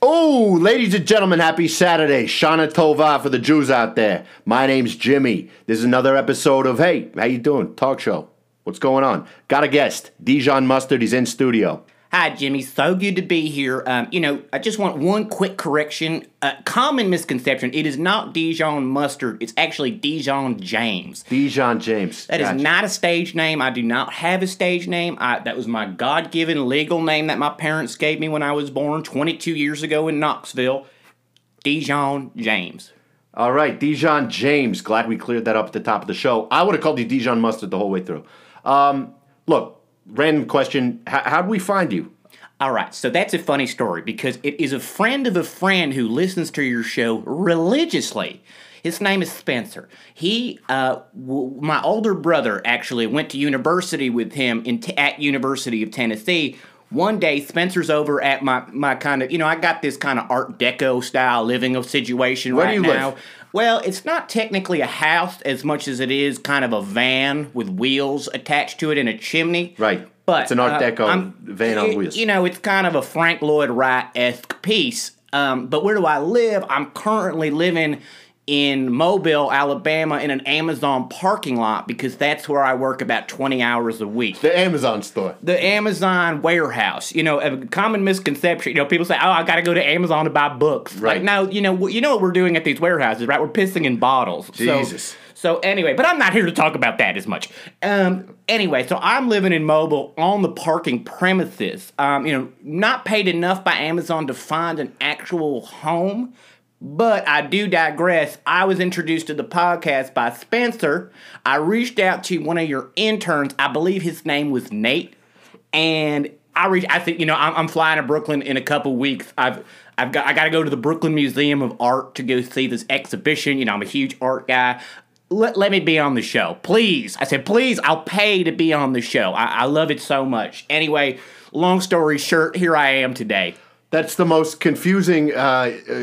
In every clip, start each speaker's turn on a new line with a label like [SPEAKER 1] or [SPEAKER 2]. [SPEAKER 1] Oh, ladies and gentlemen, happy Saturday. Shana Tova for the Jews out there. My name's Jimmy. This is another episode of Hey, how you doing? Talk show. What's going on? Got a guest, Dijon Mustard. He's in studio.
[SPEAKER 2] Hi, Jimmy. So good to be here. Um, you know, I just want one quick correction. A common misconception it is not Dijon mustard, it's actually Dijon James.
[SPEAKER 1] Dijon James.
[SPEAKER 2] That is
[SPEAKER 1] Gotcha.
[SPEAKER 2] not a stage name. I do not have a stage name. I, that was my God given legal name that my parents gave me when I was born 22 years ago in Knoxville. Dijon James.
[SPEAKER 1] All right, Dijon James. Glad we cleared that up at the top of the show. I would have called you Dijon Mustard the whole way through. Um, look, random question. H- how'd we find you?
[SPEAKER 2] All right, so that's a funny story because it is a friend of a friend who listens to your show religiously. His name is Spencer. He, uh, w- my older brother, actually went to university with him in t- at University of Tennessee. One day, Spencer's over at my my kind of you know I got this kind of Art Deco style living situation
[SPEAKER 1] Where do
[SPEAKER 2] right
[SPEAKER 1] you live?
[SPEAKER 2] now. Well, it's not technically a house as much as it is kind of a van with wheels attached to it and a chimney.
[SPEAKER 1] Right.
[SPEAKER 2] But
[SPEAKER 1] It's an Art
[SPEAKER 2] uh,
[SPEAKER 1] Deco
[SPEAKER 2] I'm-
[SPEAKER 1] van on
[SPEAKER 2] y-
[SPEAKER 1] wheels.
[SPEAKER 2] You know, it's kind of a Frank Lloyd Wright esque piece. Um, but where do I live? I'm currently living in Mobile, Alabama, in an Amazon parking lot because that's where I work about 20 hours a week
[SPEAKER 1] The Amazon store.
[SPEAKER 2] the Amazon warehouse. You know, a common misconception. You know, people say, "Oh, I got to go to Amazon to buy books."
[SPEAKER 1] Right.
[SPEAKER 2] Like, no, you know, w- you know what we're doing at these warehouses, right? We're pissing in bottles. So-
[SPEAKER 1] Jesus.
[SPEAKER 2] So, anyway, but I'm not here to talk about that as much. Um, anyway, so I'm living in Mobile on the parking premises. Um, you know, not paid enough by Amazon to find an actual home. But I do digress. I was introduced to the podcast by Spencer. I reached out to one of your interns. I believe his name was Nate and I reach. I think you know I'm, I'm flying to Brooklyn in a couple weeks. I've I've got I got to go to the Brooklyn Museum of Art to go see this exhibition. You know I'm a huge art guy. Let, let me be on the show, please. I said, please, I'll pay to be on the show. I, I love it so much. Anyway, long story short, here I am today.
[SPEAKER 1] That's the most confusing uh, uh,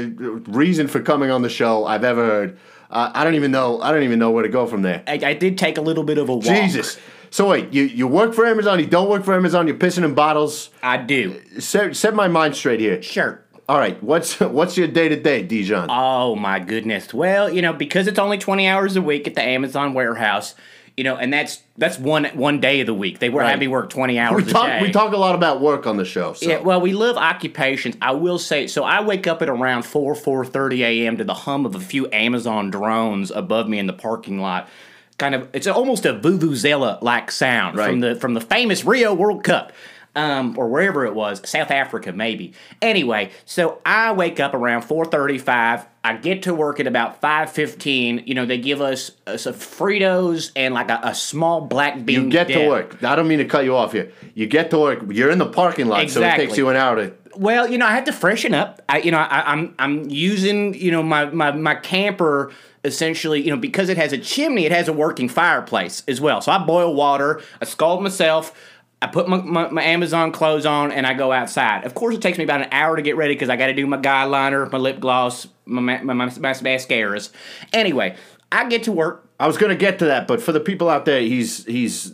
[SPEAKER 1] reason for coming on the show I've ever heard. Uh, I don't even know. I don't even know where to go from there.
[SPEAKER 2] I, I did take a little bit of a walk.
[SPEAKER 1] Jesus. So wait, you, you work for Amazon, you don't work for Amazon, you're pissing in bottles.
[SPEAKER 2] I do.
[SPEAKER 1] Set, set my mind straight here.
[SPEAKER 2] Sure.
[SPEAKER 1] All right, what's what's your day to day, Dijon?
[SPEAKER 2] Oh my goodness. Well, you know, because it's only 20 hours a week at the Amazon warehouse, you know, and that's that's one one day of the week. They were
[SPEAKER 1] Right.
[SPEAKER 2] have me work 20 hours
[SPEAKER 1] we
[SPEAKER 2] a day.
[SPEAKER 1] talk we talk a lot about work on the show. So.
[SPEAKER 2] Yeah, well, we love occupations. I will say, so I wake up at around four four thirty a.m. to the hum of a few Amazon drones above me in the parking lot. Kind of, it's almost a vuvuzela like sound
[SPEAKER 1] Right.
[SPEAKER 2] from the from the famous Rio World Cup. Um, or wherever it was, South Africa maybe. Anyway, so I wake up around 4:35. I get to work at about 5:15. You know, they give us uh, some Fritos and like a, a small black bean.
[SPEAKER 1] you get to
[SPEAKER 2] dip.
[SPEAKER 1] work. I don't mean to cut you off here. You get to work. You're in the parking lot, so it takes
[SPEAKER 2] Exactly.
[SPEAKER 1] you an hour to.
[SPEAKER 2] Well, you know, I had to freshen up. I, you know, I, I'm I'm using you know my, my my camper essentially. You know, because it has a chimney, it has a working fireplace as well. So I boil water. I scald myself. I put my, my, my Amazon clothes on and I go outside. Of course, it takes me about an hour to get ready because I got to do my guy liner, my lip gloss, my ma- my, my, my mascaras. Anyway, I get to work.
[SPEAKER 1] I was gonna get to that, but for the people out there, he's he's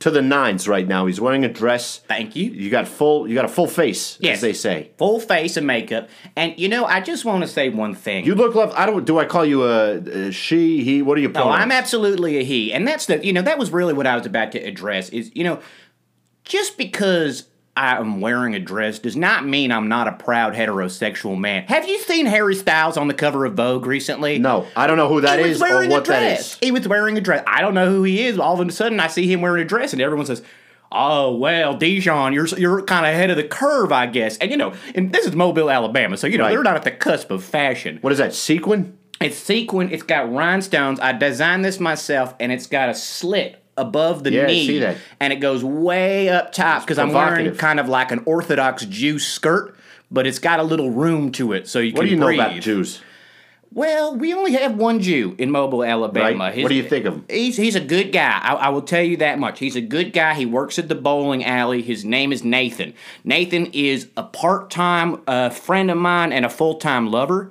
[SPEAKER 1] to the nines right now. He's wearing a dress.
[SPEAKER 2] Thank you.
[SPEAKER 1] You got full. You got a full face, as
[SPEAKER 2] Yes.
[SPEAKER 1] they say.
[SPEAKER 2] Full face of makeup. And you know, I just want to say one thing.
[SPEAKER 1] You look love. I don't. Do I call you a, a she? He? What are you?
[SPEAKER 2] Oh, I'm absolutely a he, and that's the you know that was really what I was about to address is you know just because I am wearing a dress does not mean I'm not a proud heterosexual man. Have you seen Harry Styles on the cover of Vogue recently?
[SPEAKER 1] No, I don't know who that
[SPEAKER 2] he
[SPEAKER 1] is
[SPEAKER 2] was
[SPEAKER 1] or
[SPEAKER 2] wearing
[SPEAKER 1] what
[SPEAKER 2] a
[SPEAKER 1] that
[SPEAKER 2] dress.
[SPEAKER 1] is.
[SPEAKER 2] He was wearing a dress. I don't know who he is. But all of a sudden, I see him wearing a dress, and everyone says. Oh well, Dijon, you're you're kind of ahead of the curve, I guess. And you know, and this is Mobile, Alabama, so you know
[SPEAKER 1] Right.
[SPEAKER 2] they're not at the cusp of fashion.
[SPEAKER 1] What is that? Sequin?
[SPEAKER 2] It's sequin. It's got rhinestones. I designed this myself, and it's got a slit above the
[SPEAKER 1] Yeah, I
[SPEAKER 2] knee,
[SPEAKER 1] see that.
[SPEAKER 2] and it goes way up top because I'm wearing
[SPEAKER 1] provocative.
[SPEAKER 2] kind of like an Orthodox Jew skirt, but it's got a little room to it, so you
[SPEAKER 1] What
[SPEAKER 2] can
[SPEAKER 1] do you know
[SPEAKER 2] breathe.
[SPEAKER 1] about Jews?
[SPEAKER 2] Well, we only have one Jew in Mobile, Alabama.
[SPEAKER 1] Right.
[SPEAKER 2] His-
[SPEAKER 1] What do you think of him?
[SPEAKER 2] He's he's a good guy. I, I will tell you that much. He's a good guy. He works at the bowling alley. His name is Nathan. Nathan is a part time uh, friend of mine and a full time lover.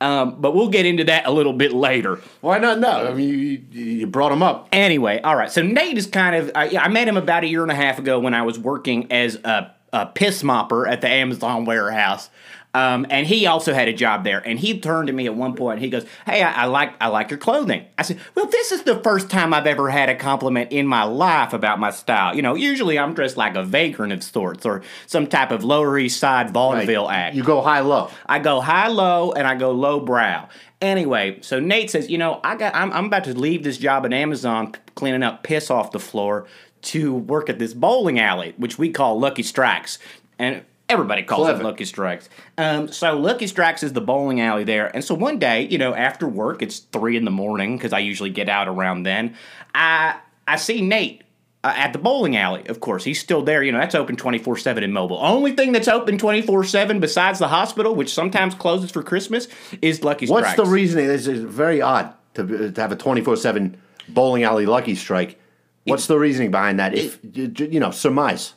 [SPEAKER 2] Um, but we'll get into that a little bit later.
[SPEAKER 1] Why not? No, I mean you, you brought him up.
[SPEAKER 2] Anyway, all right. So Nate is kind of. I, I met him about a year and a half ago when I was working as a, a piss mopper at the Amazon warehouse. Um, and he also had a job there. And he turned to me at one point. He goes, "Hey, I, I like I like your clothing." I said, "Well, this is the first time I've ever had a compliment in my life about my style. You know, usually I'm dressed like a vagrant of sorts or some type of Lower East Side vaudeville act.
[SPEAKER 1] You go high low.
[SPEAKER 2] I go high low and I go low brow. Anyway, so Nate says, you know, I got I'm, I'm about to leave this job at Amazon p- cleaning up piss off the floor to work at this bowling alley, which we call Lucky Strikes, and everybody calls
[SPEAKER 1] Clever.
[SPEAKER 2] it Lucky Strikes. Um, so Lucky Strikes is the bowling alley there, and so one day, you know, after work, it's three in the morning because I usually get out around then. I I see Nate uh, at the bowling alley. Of course, he's still there. You know, that's open 24 7 in mobile. Only thing that's open 24 7 besides the hospital, which sometimes closes for Christmas, is Lucky
[SPEAKER 1] What's
[SPEAKER 2] Strikes.
[SPEAKER 1] the reasoning? This is very odd to, be- to have a 24 7 bowling alley lucky strike. What's the reasoning behind that? If, you- you know, surmise.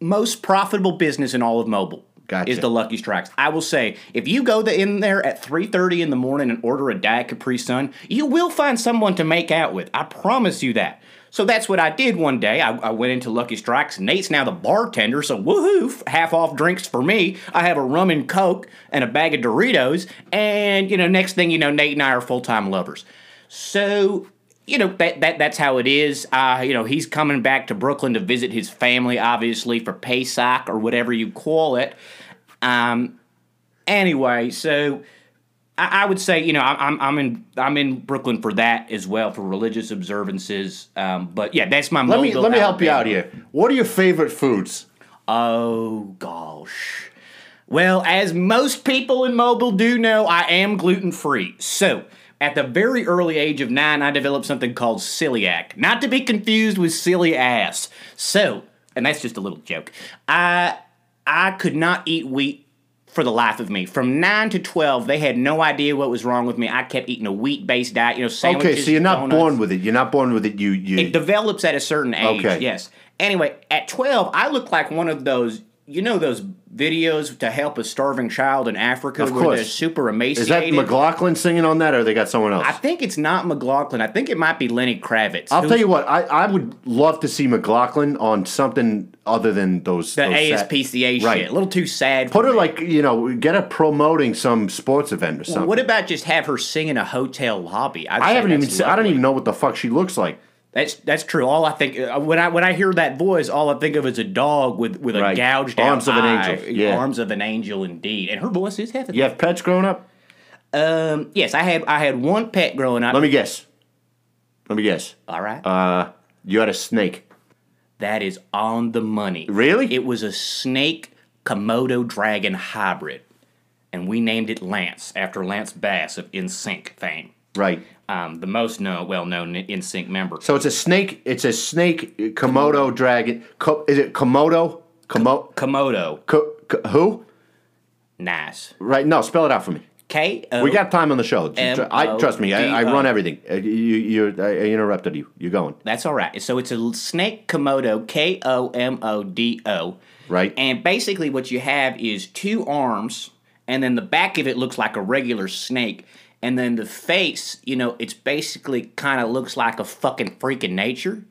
[SPEAKER 2] most profitable business in all of mobile?
[SPEAKER 1] Gotcha.
[SPEAKER 2] Is the Lucky Strikes. I will say, if you go the, in there at 3.30 in the morning and order a Diet Capri Sun, you will find someone to make out with. I promise you that. So that's what I did one day. I, I went into Lucky Strikes. Nate's now the bartender, so woohoo, f- half off drinks for me. I have a rum and coke and a bag of Doritos. And, you know, next thing you know, Nate and I are full-time lovers. So you know that, that that's how it is. Uh, you know he's coming back to Brooklyn to visit his family, obviously for Pesach or whatever you call it. Um, anyway, so I, I would say you know I, I'm I'm in I'm in Brooklyn for that as well for religious observances. Um, but yeah, that's my.
[SPEAKER 1] Let me, let me help you out here. What are your favorite foods?
[SPEAKER 2] Oh gosh. Well, as most people in mobile do know, I am gluten free. So, at the very early age of nine, I developed something called celiac, not to be confused with silly ass. So, and that's just a little joke. I I could not eat wheat for the life of me. From nine to twelve, they had no idea what was wrong with me. I kept eating a wheat-based diet, you know, sandwiches.
[SPEAKER 1] Okay, so you're not
[SPEAKER 2] donuts.
[SPEAKER 1] born with it. You're not born with it. You, you
[SPEAKER 2] It develops at a certain age.
[SPEAKER 1] Okay.
[SPEAKER 2] Yes. Anyway, at 12, I look like one of those, you know, those videos to help a starving child in Africa where they're
[SPEAKER 1] course.
[SPEAKER 2] super
[SPEAKER 1] Is
[SPEAKER 2] emaciated.
[SPEAKER 1] that McLaughlin singing on that, or they got someone else?
[SPEAKER 2] I think it's not McLaughlin. I think it might be Lenny Kravitz.
[SPEAKER 1] I'll tell you what, I, I would love to see McLaughlin on something other than those.
[SPEAKER 2] the
[SPEAKER 1] those set-
[SPEAKER 2] ASPCA
[SPEAKER 1] Right.
[SPEAKER 2] shit. A little too sad.
[SPEAKER 1] Put
[SPEAKER 2] for
[SPEAKER 1] her
[SPEAKER 2] me.
[SPEAKER 1] like you know, get her promoting some sports event or something.
[SPEAKER 2] What about just have her sing in a hotel lobby? I'd
[SPEAKER 1] I
[SPEAKER 2] say
[SPEAKER 1] haven't
[SPEAKER 2] that's
[SPEAKER 1] even. Seen, I don't
[SPEAKER 2] lovely.
[SPEAKER 1] even know what the fuck she looks like.
[SPEAKER 2] That's that's true. All I think uh, when I when I hear that voice, all I think of is a dog with with
[SPEAKER 1] Right.
[SPEAKER 2] a gouged
[SPEAKER 1] Arms
[SPEAKER 2] out
[SPEAKER 1] of an
[SPEAKER 2] eye.
[SPEAKER 1] angel. Yeah.
[SPEAKER 2] Arms of an angel, indeed. And her voice is heavenly.
[SPEAKER 1] You have pets growing up?
[SPEAKER 2] Um, yes, I had I had one pet growing up.
[SPEAKER 1] Let me guess. Let me guess.
[SPEAKER 2] All right,
[SPEAKER 1] Uh, you had a snake.
[SPEAKER 2] that is on the money.
[SPEAKER 1] Really?
[SPEAKER 2] It was a snake Komodo dragon hybrid, and we named it Lance after Lance Bass of InSync fame,
[SPEAKER 1] Right.
[SPEAKER 2] um, the most known, well-known InSync member.
[SPEAKER 1] So it's a snake. It's a snake. uh, Komodo dragon. Ko, is it Komodo? Komo.
[SPEAKER 2] Komodo,
[SPEAKER 1] Ko, ko, who?
[SPEAKER 2] nice.
[SPEAKER 1] Right. No, spell it out for me.
[SPEAKER 2] K
[SPEAKER 1] We got time on the show.
[SPEAKER 2] M
[SPEAKER 1] I
[SPEAKER 2] O
[SPEAKER 1] trust me. I, I
[SPEAKER 2] D O.
[SPEAKER 1] run everything. Uh, You, you, I interrupted you. You're going
[SPEAKER 2] That's all right. So it's a l- snake Komodo, K O M O D O.
[SPEAKER 1] Right.
[SPEAKER 2] And basically, what you have is two arms, and then the back of it looks like a regular snake. And then the face, you know, it's basically kind of looks like a fucking freak of nature,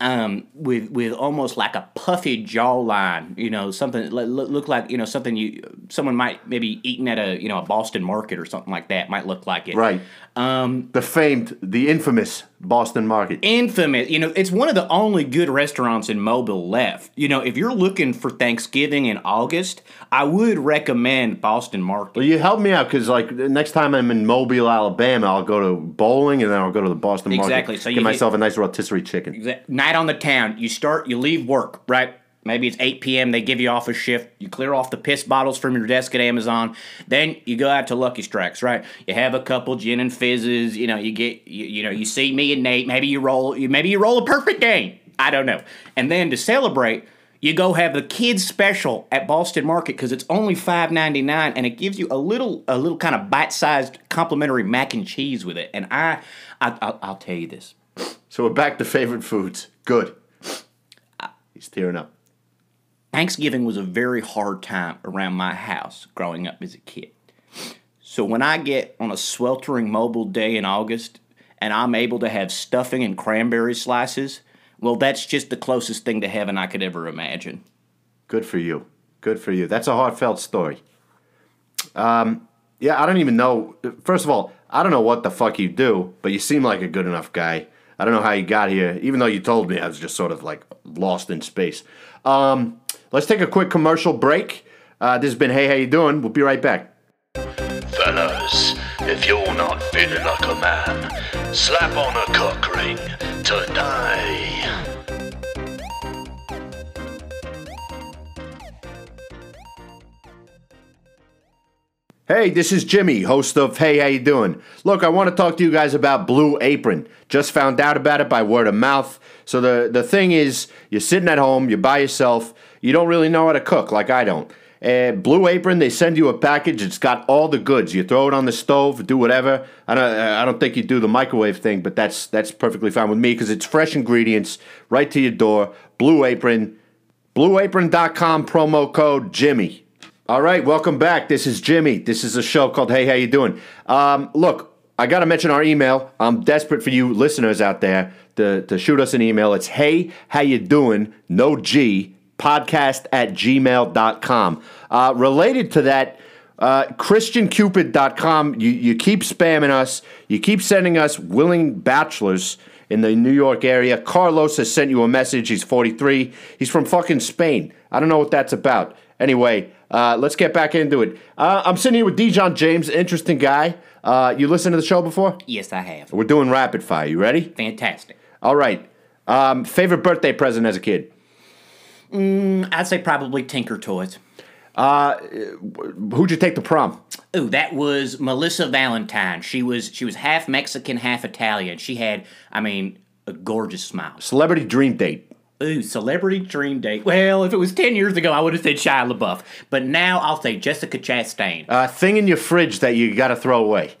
[SPEAKER 2] um, with with almost like a puffy jawline, you know, something lo- lo- look like you know something you someone might maybe eating at a you know a Boston market or something like that might look like it.
[SPEAKER 1] right. Um, the famed, the infamous Boston Market.
[SPEAKER 2] infamous. You know, it's one of the only good restaurants in Mobile left. You know, if you're looking for Thanksgiving in August, I would recommend Boston Market.
[SPEAKER 1] Well, you help me out because, like, the next time I'm in Mobile, Alabama, I'll go to bowling and then I'll go to the Boston Market.
[SPEAKER 2] Exactly, so you
[SPEAKER 1] get
[SPEAKER 2] hit-
[SPEAKER 1] myself a nice rotisserie chicken.
[SPEAKER 2] The Night on the town. You start, you leave work, right? Maybe it's 8 p.m. They give you off a shift. You clear off the piss bottles from your desk at Amazon. Then you go out to Lucky Strikes, right? You have a couple gin and fizzes. You know, you get, you, you know, you see me and Nate. Maybe you roll, you maybe you roll a perfect game. I don't know. And then to celebrate, you go have the kids special at Boston Market because it's only five ninety nine, and it gives you a little a little kind of bite sized complimentary mac and cheese with it. And I, I I'll, I'll tell you this.
[SPEAKER 1] So we're back to favorite foods. Good.
[SPEAKER 2] Uh,
[SPEAKER 1] He's tearing up.
[SPEAKER 2] Thanksgiving was a very hard time around my house growing up as a kid. So when I get on a sweltering mobile day in August and I'm able to have stuffing and cranberry slices, well, that's just the closest thing to heaven I could ever imagine.
[SPEAKER 1] Good for you. Good for you. That's a heartfelt story. Um, Yeah, I don't even know. First of all, I don't know what the fuck you do, but you seem like a good enough guy. I don't know how you got here, even though you told me I was just sort of like lost in space. Um, let's take a quick commercial break. Uh, this has been Hey, How You Doing? We'll be right back.
[SPEAKER 3] Fellas, if you're not feeling like a man, slap on a cock ring today.
[SPEAKER 1] Hey, this is Jimmy, host of Hey, How You Doing? Look, I want to talk to you guys about Blue Apron. Just found out about it by word of mouth. So the, the thing is, you're sitting at home, you're by yourself, you don't really know how to cook like I don't. Uh, Blue Apron, they send you a package. It's got all the goods. You throw it on the stove, do whatever. I don't, I don't think you do the microwave thing, but that's that's perfectly fine with me because it's fresh ingredients right to your door. Blue Apron, BlueApron.com promo code Jimmy. All right, welcome back. This is Jimmy. This is a show called Hey, How You Doing? Um, look, I got to mention our email. I'm desperate for you listeners out there to, to shoot us an email. It's Hey, How You Doing? No G, podcast at gmail.com. Uh, related to that, uh, ChristianCupid.com, you, you keep spamming us. You keep sending us willing bachelors in the New York area. Carlos has sent you a message. He's 43. He's from fucking Spain. I don't know what that's about. Anyway, uh, let's get back into it. Uh, I'm sitting here with Dijon James, interesting guy. Uh, you listened to the show before?
[SPEAKER 2] Yes, I have.
[SPEAKER 1] We're doing rapid fire. You ready?
[SPEAKER 2] Fantastic.
[SPEAKER 1] All right. Um, favorite birthday present as a kid?
[SPEAKER 2] I'd say probably Tinker Toys.
[SPEAKER 1] Who'd you take to prom?
[SPEAKER 2] Ooh, that was Melissa Valentine. She was she was half Mexican, half Italian. She had, I mean, a gorgeous smile.
[SPEAKER 1] Celebrity dream date.
[SPEAKER 2] Ooh, celebrity dream date. Well, if it was ten years ago, I would have said Shia LaBeouf, but now I'll say Jessica Chastain.
[SPEAKER 1] Uh, thing in your fridge that you got to throw away.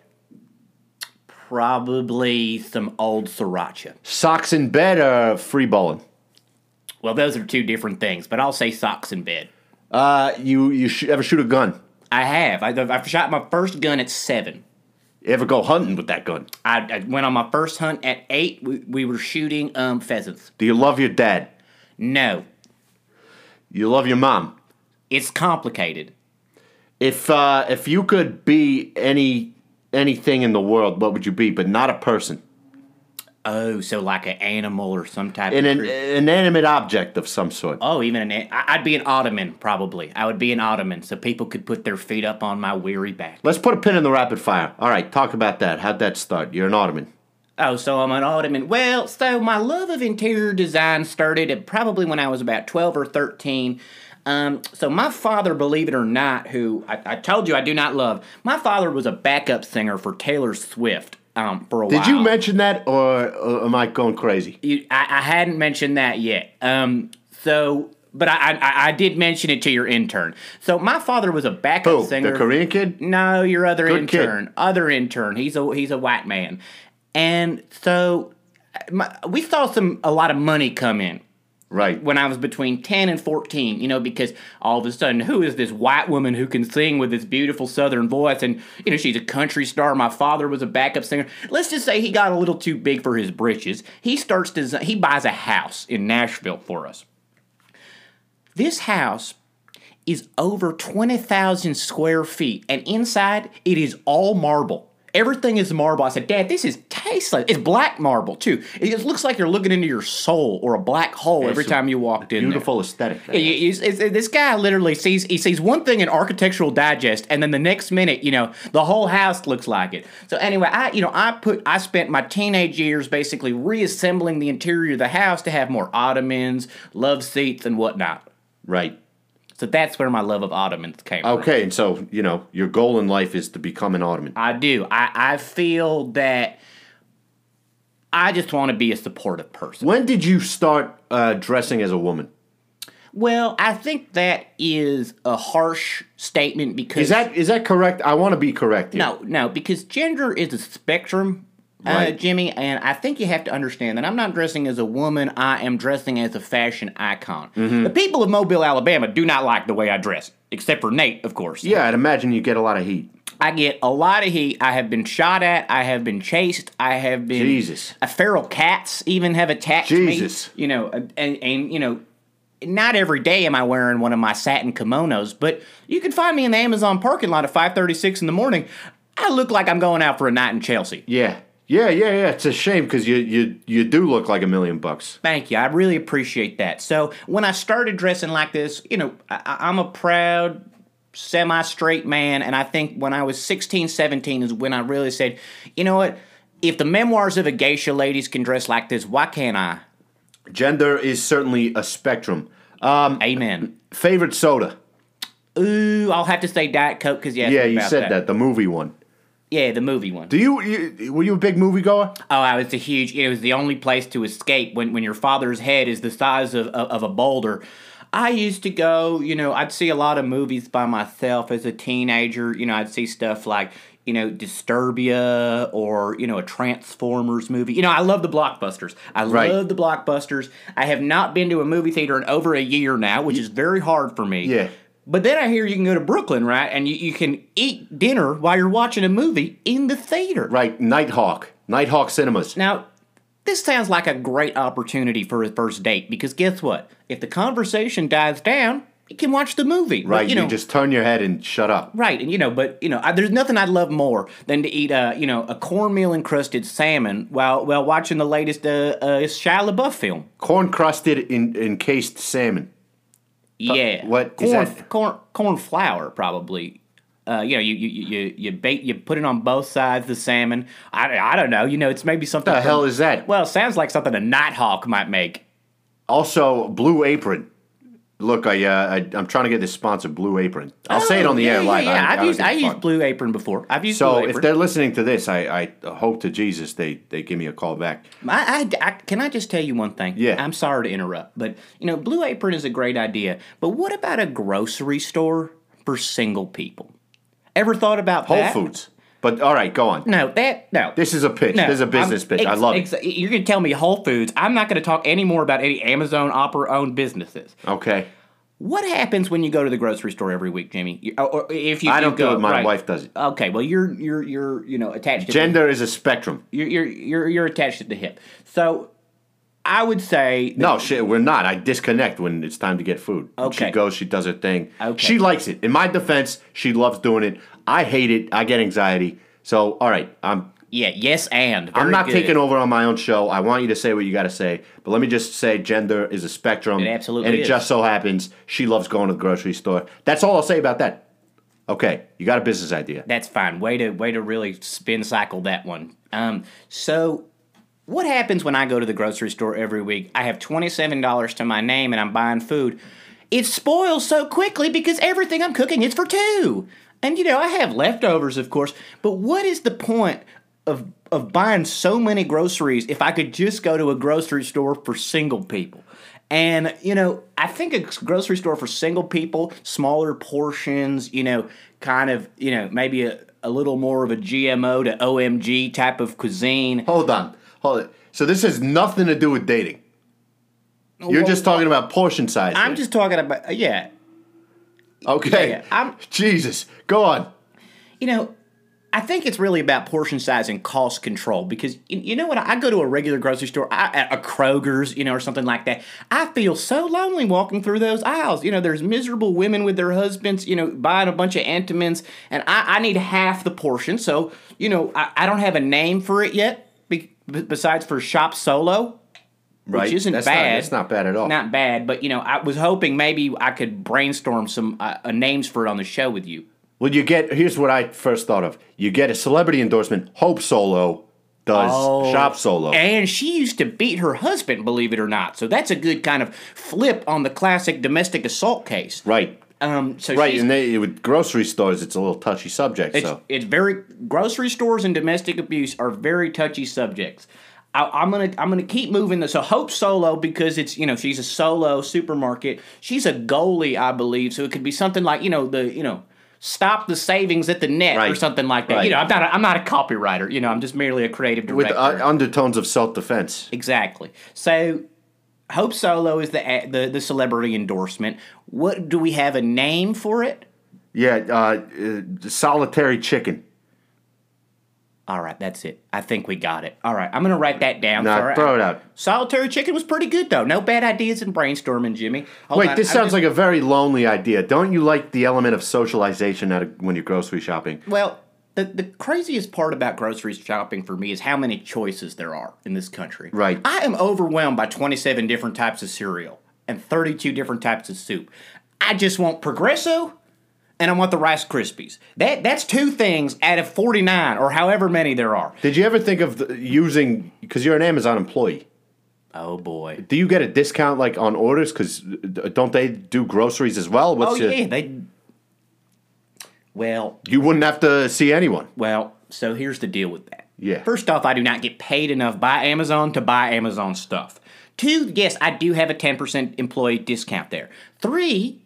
[SPEAKER 2] Probably some old sriracha.
[SPEAKER 1] Socks in bed or free balling?
[SPEAKER 2] Well, those are two different things, but I'll say socks in bed.
[SPEAKER 1] Uh, you you sh- ever shoot a gun?
[SPEAKER 2] I have. I, I've shot my first gun at seven.
[SPEAKER 1] You ever go hunting with that gun?
[SPEAKER 2] I, I went on my first hunt at eight. We, we were shooting um pheasants.
[SPEAKER 1] Do you love your dad?
[SPEAKER 2] No,
[SPEAKER 1] You love your mom?
[SPEAKER 2] it's complicated.
[SPEAKER 1] If uh, if you could be any anything in the world, what would you be? But not a person,
[SPEAKER 2] Oh, so like an animal or some type
[SPEAKER 1] an,
[SPEAKER 2] of.
[SPEAKER 1] an
[SPEAKER 2] creature.
[SPEAKER 1] inanimate object of some sort.
[SPEAKER 2] oh, even an. a- I- I'd be an ottoman probably. I would be an ottoman, so people could put their feet up on my weary back.
[SPEAKER 1] Let's put a pin in the rapid fire. All right, talk about that. How'd that start? You're an ottoman.
[SPEAKER 2] Oh, so I'm an ottoman. Well, so my love of interior design started at probably when I was about twelve or thirteen. Um, so my father, believe it or not, who I, I told you I do not love, my father was a backup singer for Taylor Swift um, for a
[SPEAKER 1] Did
[SPEAKER 2] while.
[SPEAKER 1] you mention that, or, or am I going crazy?
[SPEAKER 2] you, I, I hadn't mentioned that yet. Um, so, but I, I, I did mention it to your intern. So my father was a backup
[SPEAKER 1] Who?
[SPEAKER 2] singer.
[SPEAKER 1] Oh, The Korean kid?
[SPEAKER 2] No, your other
[SPEAKER 1] Good kid.
[SPEAKER 2] intern. Other intern. He's a he's a white man, and so my, we saw some a lot of money come in
[SPEAKER 1] Right.
[SPEAKER 2] when I was between 10 and 14, you know, because all of a sudden, who is this white woman who can sing with this beautiful southern voice? And, you know, she's a country star. My father was a backup singer. Let's just say he got a little too big for his britches. He starts to, he buys a house in Nashville for us. This house is over 20,000 square feet, and inside it is all marble. Everything is marble. I said, Dad, this is tasteless. It's black marble, too. It just looks like you're looking into your soul or a black hole every
[SPEAKER 1] it's
[SPEAKER 2] time you walked in. there.
[SPEAKER 1] Beautiful aesthetic.
[SPEAKER 2] Yeah, you- you- it's- it's- this guy literally sees he sees one thing in Architectural Digest, and then the next minute, you know, the whole house looks like it. So anyway, I you know I put I spent my teenage years basically reassembling the interior of the house to have more ottomans, love seats, and whatnot.
[SPEAKER 1] Right.
[SPEAKER 2] So that's where my love of ottomans came. from.
[SPEAKER 1] Okay, and so, you know, your goal in life is to become an ottoman.
[SPEAKER 2] I do. I I feel that I just want to be a supportive person.
[SPEAKER 1] When did you start uh, dressing as a woman?
[SPEAKER 2] Well, I think that is a harsh statement because
[SPEAKER 1] Is that is that correct? I want to be correct. Here.
[SPEAKER 2] No, no, because gender is a spectrum, uh,
[SPEAKER 1] Right.
[SPEAKER 2] Jimmy, and I think you have to understand that I'm not dressing as a woman. I am dressing as a fashion icon.
[SPEAKER 1] Mm-hmm.
[SPEAKER 2] The people of Mobile, Alabama, do not like the way I dress, except for Nate, of course.
[SPEAKER 1] Yeah, I'd imagine you get a lot of heat.
[SPEAKER 2] I get a lot of heat. I have been shot at. I have been chased. I have been
[SPEAKER 1] Jesus.
[SPEAKER 2] Uh, feral cats even have attacked
[SPEAKER 1] Jesus.
[SPEAKER 2] me. You know, and, and you know, not every day am I wearing one of my satin kimonos, but you can find me in the Amazon parking lot at 5:36 in the morning. I look like I'm going out for a night in Chelsea.
[SPEAKER 1] Yeah. Yeah, yeah, yeah. It's a shame because you, you you do look like a million bucks.
[SPEAKER 2] Thank you. I really appreciate that. So when I started dressing like this, you know, I, I- I'm a proud semi-straight man and i think when i was 16 17 is when i really said you know what if the memoirs of a geisha ladies can dress like this why can't i
[SPEAKER 1] Gender is certainly a spectrum.
[SPEAKER 2] amen
[SPEAKER 1] Favorite soda?
[SPEAKER 2] ooh i'll have to say diet coke because
[SPEAKER 1] Yeah, you said that. the movie one.
[SPEAKER 2] yeah the movie one
[SPEAKER 1] Do you, you were you a big movie goer?
[SPEAKER 2] Oh, I was a huge. It was the only place to escape when, when your father's head is the size of, of, of a boulder. I used to go, you know, I'd see a lot of movies by myself as a teenager. You know, I'd see stuff like, you know, Disturbia or, you know, a Transformers movie. You know, I love the blockbusters. I
[SPEAKER 1] Right.
[SPEAKER 2] love the blockbusters. I have not been to a movie theater in over a year now, which is very hard for me.
[SPEAKER 1] Yeah.
[SPEAKER 2] But then I hear you can go to Brooklyn, right? And you, you can eat dinner while you're watching a movie in the theater.
[SPEAKER 1] Right, Nighthawk, Nighthawk Cinemas.
[SPEAKER 2] Now, this sounds like a great opportunity for a first date because guess what? If the conversation dies down, you can watch the movie.
[SPEAKER 1] right,
[SPEAKER 2] You
[SPEAKER 1] you,
[SPEAKER 2] know,
[SPEAKER 1] just turn your head and shut up.
[SPEAKER 2] right, and you know, but you know, I, there's nothing I'd love more than to eat a you know a cornmeal encrusted salmon while while watching the latest uh, uh, Shia LaBeouf film.
[SPEAKER 1] Corn crusted in, encased salmon.
[SPEAKER 2] Yeah.
[SPEAKER 1] what
[SPEAKER 2] corn
[SPEAKER 1] is that?
[SPEAKER 2] corn corn flour probably. Uh, you know, you you you you bake, you put it on both sides the salmon. I, I don't know. You know, it's maybe something.
[SPEAKER 1] The
[SPEAKER 2] from-
[SPEAKER 1] hell is that?
[SPEAKER 2] Well, it sounds like something a nighthawk might make.
[SPEAKER 1] Also, Blue Apron. Look, I, uh, I I'm trying to get this sponsored Blue Apron. I'll say it
[SPEAKER 2] Oh,
[SPEAKER 1] on the
[SPEAKER 2] yeah,
[SPEAKER 1] air
[SPEAKER 2] yeah,
[SPEAKER 1] live.
[SPEAKER 2] Yeah,
[SPEAKER 1] I,
[SPEAKER 2] I've
[SPEAKER 1] don't
[SPEAKER 2] used
[SPEAKER 1] give a
[SPEAKER 2] I used
[SPEAKER 1] fuck.
[SPEAKER 2] Blue Apron before. I've used
[SPEAKER 1] So
[SPEAKER 2] Blue
[SPEAKER 1] if
[SPEAKER 2] Apron.
[SPEAKER 1] they're listening to this, I, I hope to Jesus they, they give me a call back.
[SPEAKER 2] I, I, I- can I just tell you one thing?
[SPEAKER 1] Yeah.
[SPEAKER 2] I'm sorry to interrupt, but you know, Blue Apron is a great idea. But what about a grocery store for single people? Ever thought about
[SPEAKER 1] Whole
[SPEAKER 2] that?
[SPEAKER 1] Foods. But all right, go on.
[SPEAKER 2] No, that no.
[SPEAKER 1] This is a pitch.
[SPEAKER 2] No,
[SPEAKER 1] this is a business
[SPEAKER 2] I'm-
[SPEAKER 1] pitch. I
[SPEAKER 2] ex-
[SPEAKER 1] love
[SPEAKER 2] ex- You're gonna tell me Whole Foods. I'm not gonna talk any more about any Amazon opera owned businesses.
[SPEAKER 1] it. Okay.
[SPEAKER 2] What happens when you go to the grocery store every week, Jimmy? You- Or, or if you
[SPEAKER 1] I
[SPEAKER 2] you
[SPEAKER 1] don't do
[SPEAKER 2] go,
[SPEAKER 1] it, my
[SPEAKER 2] right.
[SPEAKER 1] wife does it.
[SPEAKER 2] Okay, well you're you're you're you know attached to
[SPEAKER 1] Gender is a spectrum.
[SPEAKER 2] you're you're you're, you're attached at the hip. So I would say
[SPEAKER 1] No, shit, we're not. I disconnect when it's time to get food. When She
[SPEAKER 2] Okay.
[SPEAKER 1] goes, she does her thing.
[SPEAKER 2] Okay.
[SPEAKER 1] She likes it. In my defense, she loves doing it. I hate it. I get anxiety. So, all right, I'm
[SPEAKER 2] yeah, yes, and
[SPEAKER 1] I'm
[SPEAKER 2] Very
[SPEAKER 1] not
[SPEAKER 2] good.
[SPEAKER 1] taking over on my own show. I want you to say what you got to say, but let me just say gender is a spectrum.
[SPEAKER 2] It absolutely
[SPEAKER 1] And it
[SPEAKER 2] is.
[SPEAKER 1] just so happens she loves going to the grocery store. That's all I'll say about that. Okay, you got a business idea.
[SPEAKER 2] That's fine. Way to way to really spin cycle that one. Um, so what happens when I go to the grocery store every week? I have twenty seven dollars to my name, and I'm buying food. It spoils so quickly because everything I'm cooking is for two, and you know I have leftovers, of course. But what is the point of of buying so many groceries if I could just go to a grocery store for single people? And you know, I think a grocery store for single people, smaller portions, you know, kind of, you know, maybe a, a little more of a GMO to OMG type of cuisine.
[SPEAKER 1] Hold on. Hold it. So this has nothing to do with dating. You're
[SPEAKER 2] Well,
[SPEAKER 1] just talking about portion size.
[SPEAKER 2] I'm
[SPEAKER 1] here.
[SPEAKER 2] just talking about uh, yeah.
[SPEAKER 1] Okay.
[SPEAKER 2] yeah, I'm-
[SPEAKER 1] Jesus. Go on.
[SPEAKER 2] You know, I think it's really about portion size and cost control because you, you know what? I go to a regular grocery store, I, at a Kroger's, you know, or something like that. I feel so lonely walking through those aisles. You know, there's miserable women with their husbands, you know, buying a bunch of Antimans, and I, I need half the portion. So you know, I, I don't have a name for it yet, be, b- besides for Shop Solo.
[SPEAKER 1] Right.
[SPEAKER 2] Which isn't
[SPEAKER 1] that's
[SPEAKER 2] bad.
[SPEAKER 1] Not, that's not bad at all.
[SPEAKER 2] Not bad, but you know, I was hoping maybe I could brainstorm some uh, uh, names for it on the show with you.
[SPEAKER 1] Well, you get here's what I first thought of. You get a celebrity endorsement. Hope Solo does
[SPEAKER 2] Oh.
[SPEAKER 1] shop solo.
[SPEAKER 2] And she used to beat her husband, believe it or not. So that's a good kind of flip on the classic domestic assault case.
[SPEAKER 1] right.
[SPEAKER 2] Um, so
[SPEAKER 1] Right,
[SPEAKER 2] she's-
[SPEAKER 1] and they, with grocery stores, it's a little touchy subject.
[SPEAKER 2] it's,
[SPEAKER 1] so
[SPEAKER 2] it's very grocery stores and domestic abuse are very touchy subjects. I, I'm gonna I'm gonna keep moving this. So Hope Solo because it's you know she's a solo supermarket. She's a goalie, I believe. So it could be something like you know the you know stop the savings at the net or
[SPEAKER 1] Right.
[SPEAKER 2] something like that.
[SPEAKER 1] Right.
[SPEAKER 2] You know I'm not a, I'm not a copywriter. You know I'm just merely a creative director.
[SPEAKER 1] with uh, undertones of self defense.
[SPEAKER 2] Exactly. So Hope Solo is the the the celebrity endorsement. What do we have a name for it?
[SPEAKER 1] Yeah, uh, uh, solitary chicken.
[SPEAKER 2] All right, that's it. I think we got it. All right, I'm gonna write that down.
[SPEAKER 1] Nah,
[SPEAKER 2] for our-
[SPEAKER 1] throw it out.
[SPEAKER 2] Solitary chicken was pretty good though. No bad ideas in brainstorming, Jimmy. Hold
[SPEAKER 1] Wait,
[SPEAKER 2] on,
[SPEAKER 1] this
[SPEAKER 2] I'm
[SPEAKER 1] sounds
[SPEAKER 2] just-
[SPEAKER 1] like a very lonely idea. Don't you like the element of socialization at a, when you're grocery shopping?
[SPEAKER 2] well. The, the craziest part about grocery shopping for me is how many choices there are in this country.
[SPEAKER 1] Right.
[SPEAKER 2] I am overwhelmed by 27 different types of cereal and 32 different types of soup. I just want Progresso and I want the Rice Krispies. That that's two things out of 49 or however many there are.
[SPEAKER 1] Did you ever think of the, using because you're an Amazon employee?
[SPEAKER 2] Oh boy.
[SPEAKER 1] Do you get a discount like on orders? Because don't they do groceries as well?
[SPEAKER 2] Oh
[SPEAKER 1] What's your-
[SPEAKER 2] yeah, they Well,
[SPEAKER 1] You wouldn't have to see anyone.
[SPEAKER 2] Well, so here's the deal with that.
[SPEAKER 1] Yeah.
[SPEAKER 2] First off, I do not get paid enough by Amazon to buy Amazon stuff. Two, yes, I do have a 10% employee discount there. Three,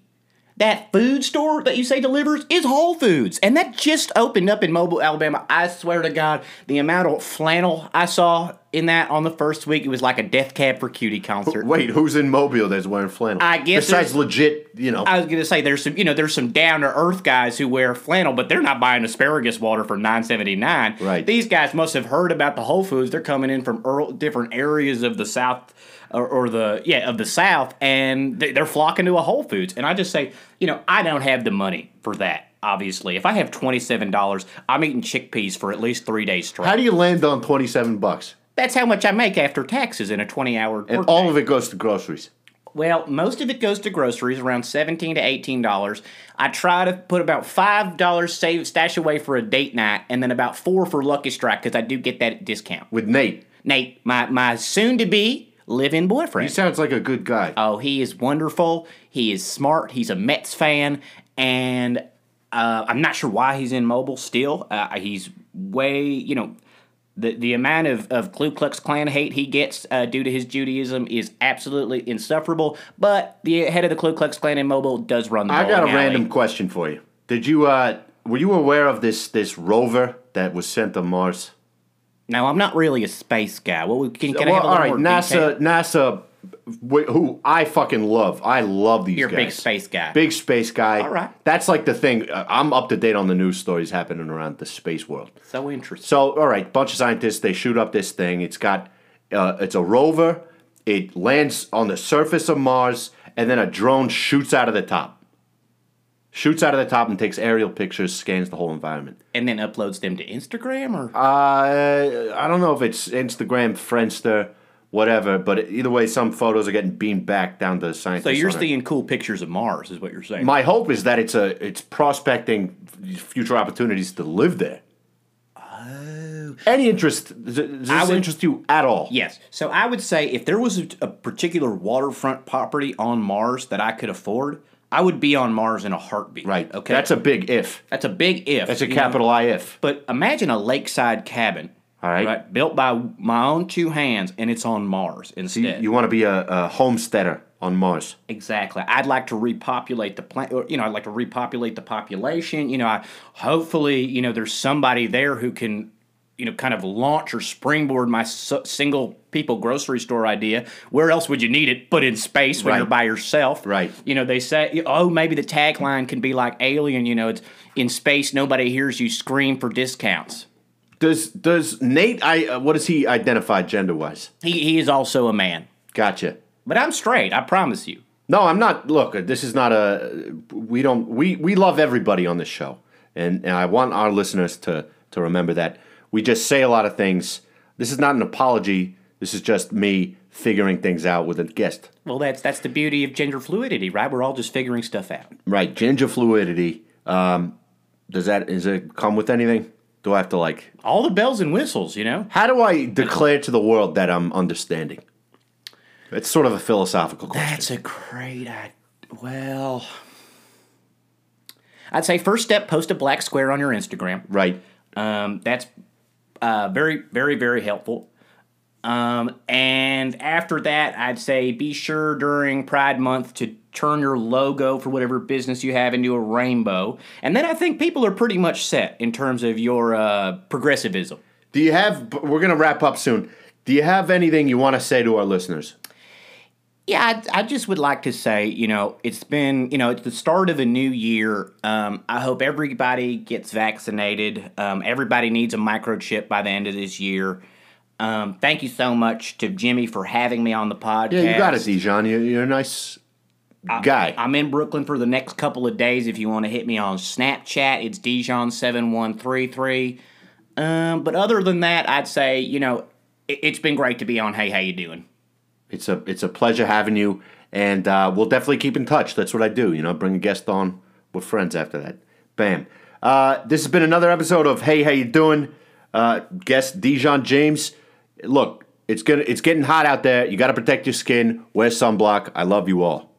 [SPEAKER 2] that food store that you say delivers is Whole Foods, and that just opened up in Mobile, Alabama. I swear to God, the amount of flannel I saw in that on the first week, it was like a Death Cab for Cutie concert.
[SPEAKER 1] Wait, who's in Mobile that's wearing flannel?
[SPEAKER 2] I guess
[SPEAKER 1] besides
[SPEAKER 2] there's-
[SPEAKER 1] legit, you know.
[SPEAKER 2] I was gonna say there's some you know there's some down to earth guys who wear flannel, but they're not buying asparagus water for nine seventy nine.
[SPEAKER 1] Right.
[SPEAKER 2] These guys must have heard about the Whole Foods. They're coming in from earl- different areas of the South or, or the yeah of the South, and they- they're flocking to a Whole Foods. And I just say, you know, I don't have the money for that. Obviously, if I have twenty seven dollars, I'm eating chickpeas for at least three days straight.
[SPEAKER 1] how do you land on twenty seven bucks?
[SPEAKER 2] That's how much I make after taxes in a twenty hour.
[SPEAKER 1] And all of it goes to groceries.
[SPEAKER 2] Well, most of it goes to groceries, around seventeen to eighteen dollars. I try to put about five dollars save stash away for a date night, and then about four for Lucky Strike because I do get that discount.
[SPEAKER 1] With Nate,
[SPEAKER 2] Nate, my my soon to be live-in boyfriend.
[SPEAKER 1] he sounds like a good guy.
[SPEAKER 2] Oh, he is wonderful. He is smart. He's a Mets fan, and uh, I'm not sure why he's in mobile still. Uh, he's way, you know, the the amount of, of Ku Klux Klan hate he gets uh, due to his Judaism is absolutely insufferable. But the head of the Ku Klux Klan in mobile does run the.
[SPEAKER 1] I got a
[SPEAKER 2] bowling alley.
[SPEAKER 1] random question for you. Did you uh were you aware of this this rover that was sent to Mars?
[SPEAKER 2] No, I'm not really a space guy. Well, can, can I
[SPEAKER 1] well,
[SPEAKER 2] have a
[SPEAKER 1] all
[SPEAKER 2] little
[SPEAKER 1] right,
[SPEAKER 2] more
[SPEAKER 1] NASA
[SPEAKER 2] detail?
[SPEAKER 1] NASA wh- who I fucking love. I love these
[SPEAKER 2] You're a
[SPEAKER 1] guys.
[SPEAKER 2] big space guy.
[SPEAKER 1] Big space guy.
[SPEAKER 2] All right.
[SPEAKER 1] That's like the thing. uh, I'm up to date on the news stories happening around the space world.
[SPEAKER 2] So interesting.
[SPEAKER 1] So, all right, bunch of scientists they shoot up this thing. It's got uh, it's a rover. It lands on the surface of Mars, and then a drone shoots out of the top. Shoots out of the top and takes aerial pictures, scans the whole environment.
[SPEAKER 2] And then uploads them to Instagram or
[SPEAKER 1] Uh, I don't know if it's Instagram, Friendster, whatever, but either way, some photos are getting beamed back down to scientists.
[SPEAKER 2] so you're
[SPEAKER 1] on Earth.
[SPEAKER 2] seeing cool pictures of Mars, is what you're saying.
[SPEAKER 1] My hope is that it's a it's prospecting f- future opportunities to live there. Oh. Any interest? Does, does
[SPEAKER 2] I
[SPEAKER 1] this
[SPEAKER 2] would-
[SPEAKER 1] interest you at all?
[SPEAKER 2] Yes. So I would say if there was a, a particular waterfront property on Mars that I could afford, I would be on Mars in a heartbeat.
[SPEAKER 1] Right.
[SPEAKER 2] Okay.
[SPEAKER 1] That's a big if.
[SPEAKER 2] that's a big if.
[SPEAKER 1] That's a
[SPEAKER 2] you know?
[SPEAKER 1] capital I if.
[SPEAKER 2] But imagine a lakeside cabin.
[SPEAKER 1] All right.
[SPEAKER 2] Built by my own two hands, and it's on Mars
[SPEAKER 1] You,
[SPEAKER 2] instead.
[SPEAKER 1] you want to be a, a homesteader on Mars.
[SPEAKER 2] Exactly. I'd like to repopulate the planet. You know, I'd like to repopulate the population. You know, I hopefully, you know, there's somebody there who can, you know, kind of launch or springboard my s single people grocery store idea. Where else would you need it but in space when you're
[SPEAKER 1] Right.
[SPEAKER 2] by yourself?
[SPEAKER 1] Right.
[SPEAKER 2] You know, they say, oh, maybe the tagline can be like Alien. You know, it's in space, nobody hears you scream for discounts.
[SPEAKER 1] Does does Nate? I uh, what does he identify gender wise?
[SPEAKER 2] He he is also a man,
[SPEAKER 1] Gotcha.
[SPEAKER 2] but I'm straight. I promise you.
[SPEAKER 1] No, I'm not. Look, uh, this is not a. We don't. We we love everybody on this show, and, and I want our listeners to to remember that we just say a lot of things. This is not an apology. This is just me figuring things out with a guest.
[SPEAKER 2] Well, that's that's the beauty of gender fluidity, right? We're all just figuring stuff out.
[SPEAKER 1] Right, ginger fluidity. Um, does that is it come with anything? Do I have to like?
[SPEAKER 2] all the bells and whistles, you know?
[SPEAKER 1] How do I declare to the world that I'm understanding? It's sort of a philosophical question.
[SPEAKER 2] That's a great idea. Well, I'd say first step post a black square on your Instagram.
[SPEAKER 1] Right.
[SPEAKER 2] Um, that's uh, very, very, very helpful. Um, and after that, I'd say be sure during Pride Month to turn your logo for whatever business you have into a rainbow. And then I think people are pretty much set in terms of your uh, progressivism.
[SPEAKER 1] Do you have? We're gonna wrap up soon. Do you have anything you want to say to our listeners?
[SPEAKER 2] Yeah, I, I just would like to say, you know, it's been, you know, it's the start of a new year. Um, I hope everybody gets vaccinated. Um, everybody needs a microchip by the end of this year. Um, thank you so much to Jimmy for having me on the podcast.
[SPEAKER 1] Yeah, you got it, Dijon. You're, you're a nice guy.
[SPEAKER 2] I'm in Brooklyn for the next couple of days. If you want to hit me on Snapchat, it's Dijon7133. Um, but other than that, I'd say, you know, it, it's been great to be on Hey, How You Doing?
[SPEAKER 1] it's a it's a pleasure having you, and uh, we'll definitely keep in touch. That's what I do. You know, bring a guest on. We're friends after that. Bam. Uh, this has been another episode of Hey, how you doing? Uh, guest Dijon James. Look, it's gonna it's getting hot out there. You got to protect your skin. Wear sunblock. I love you all.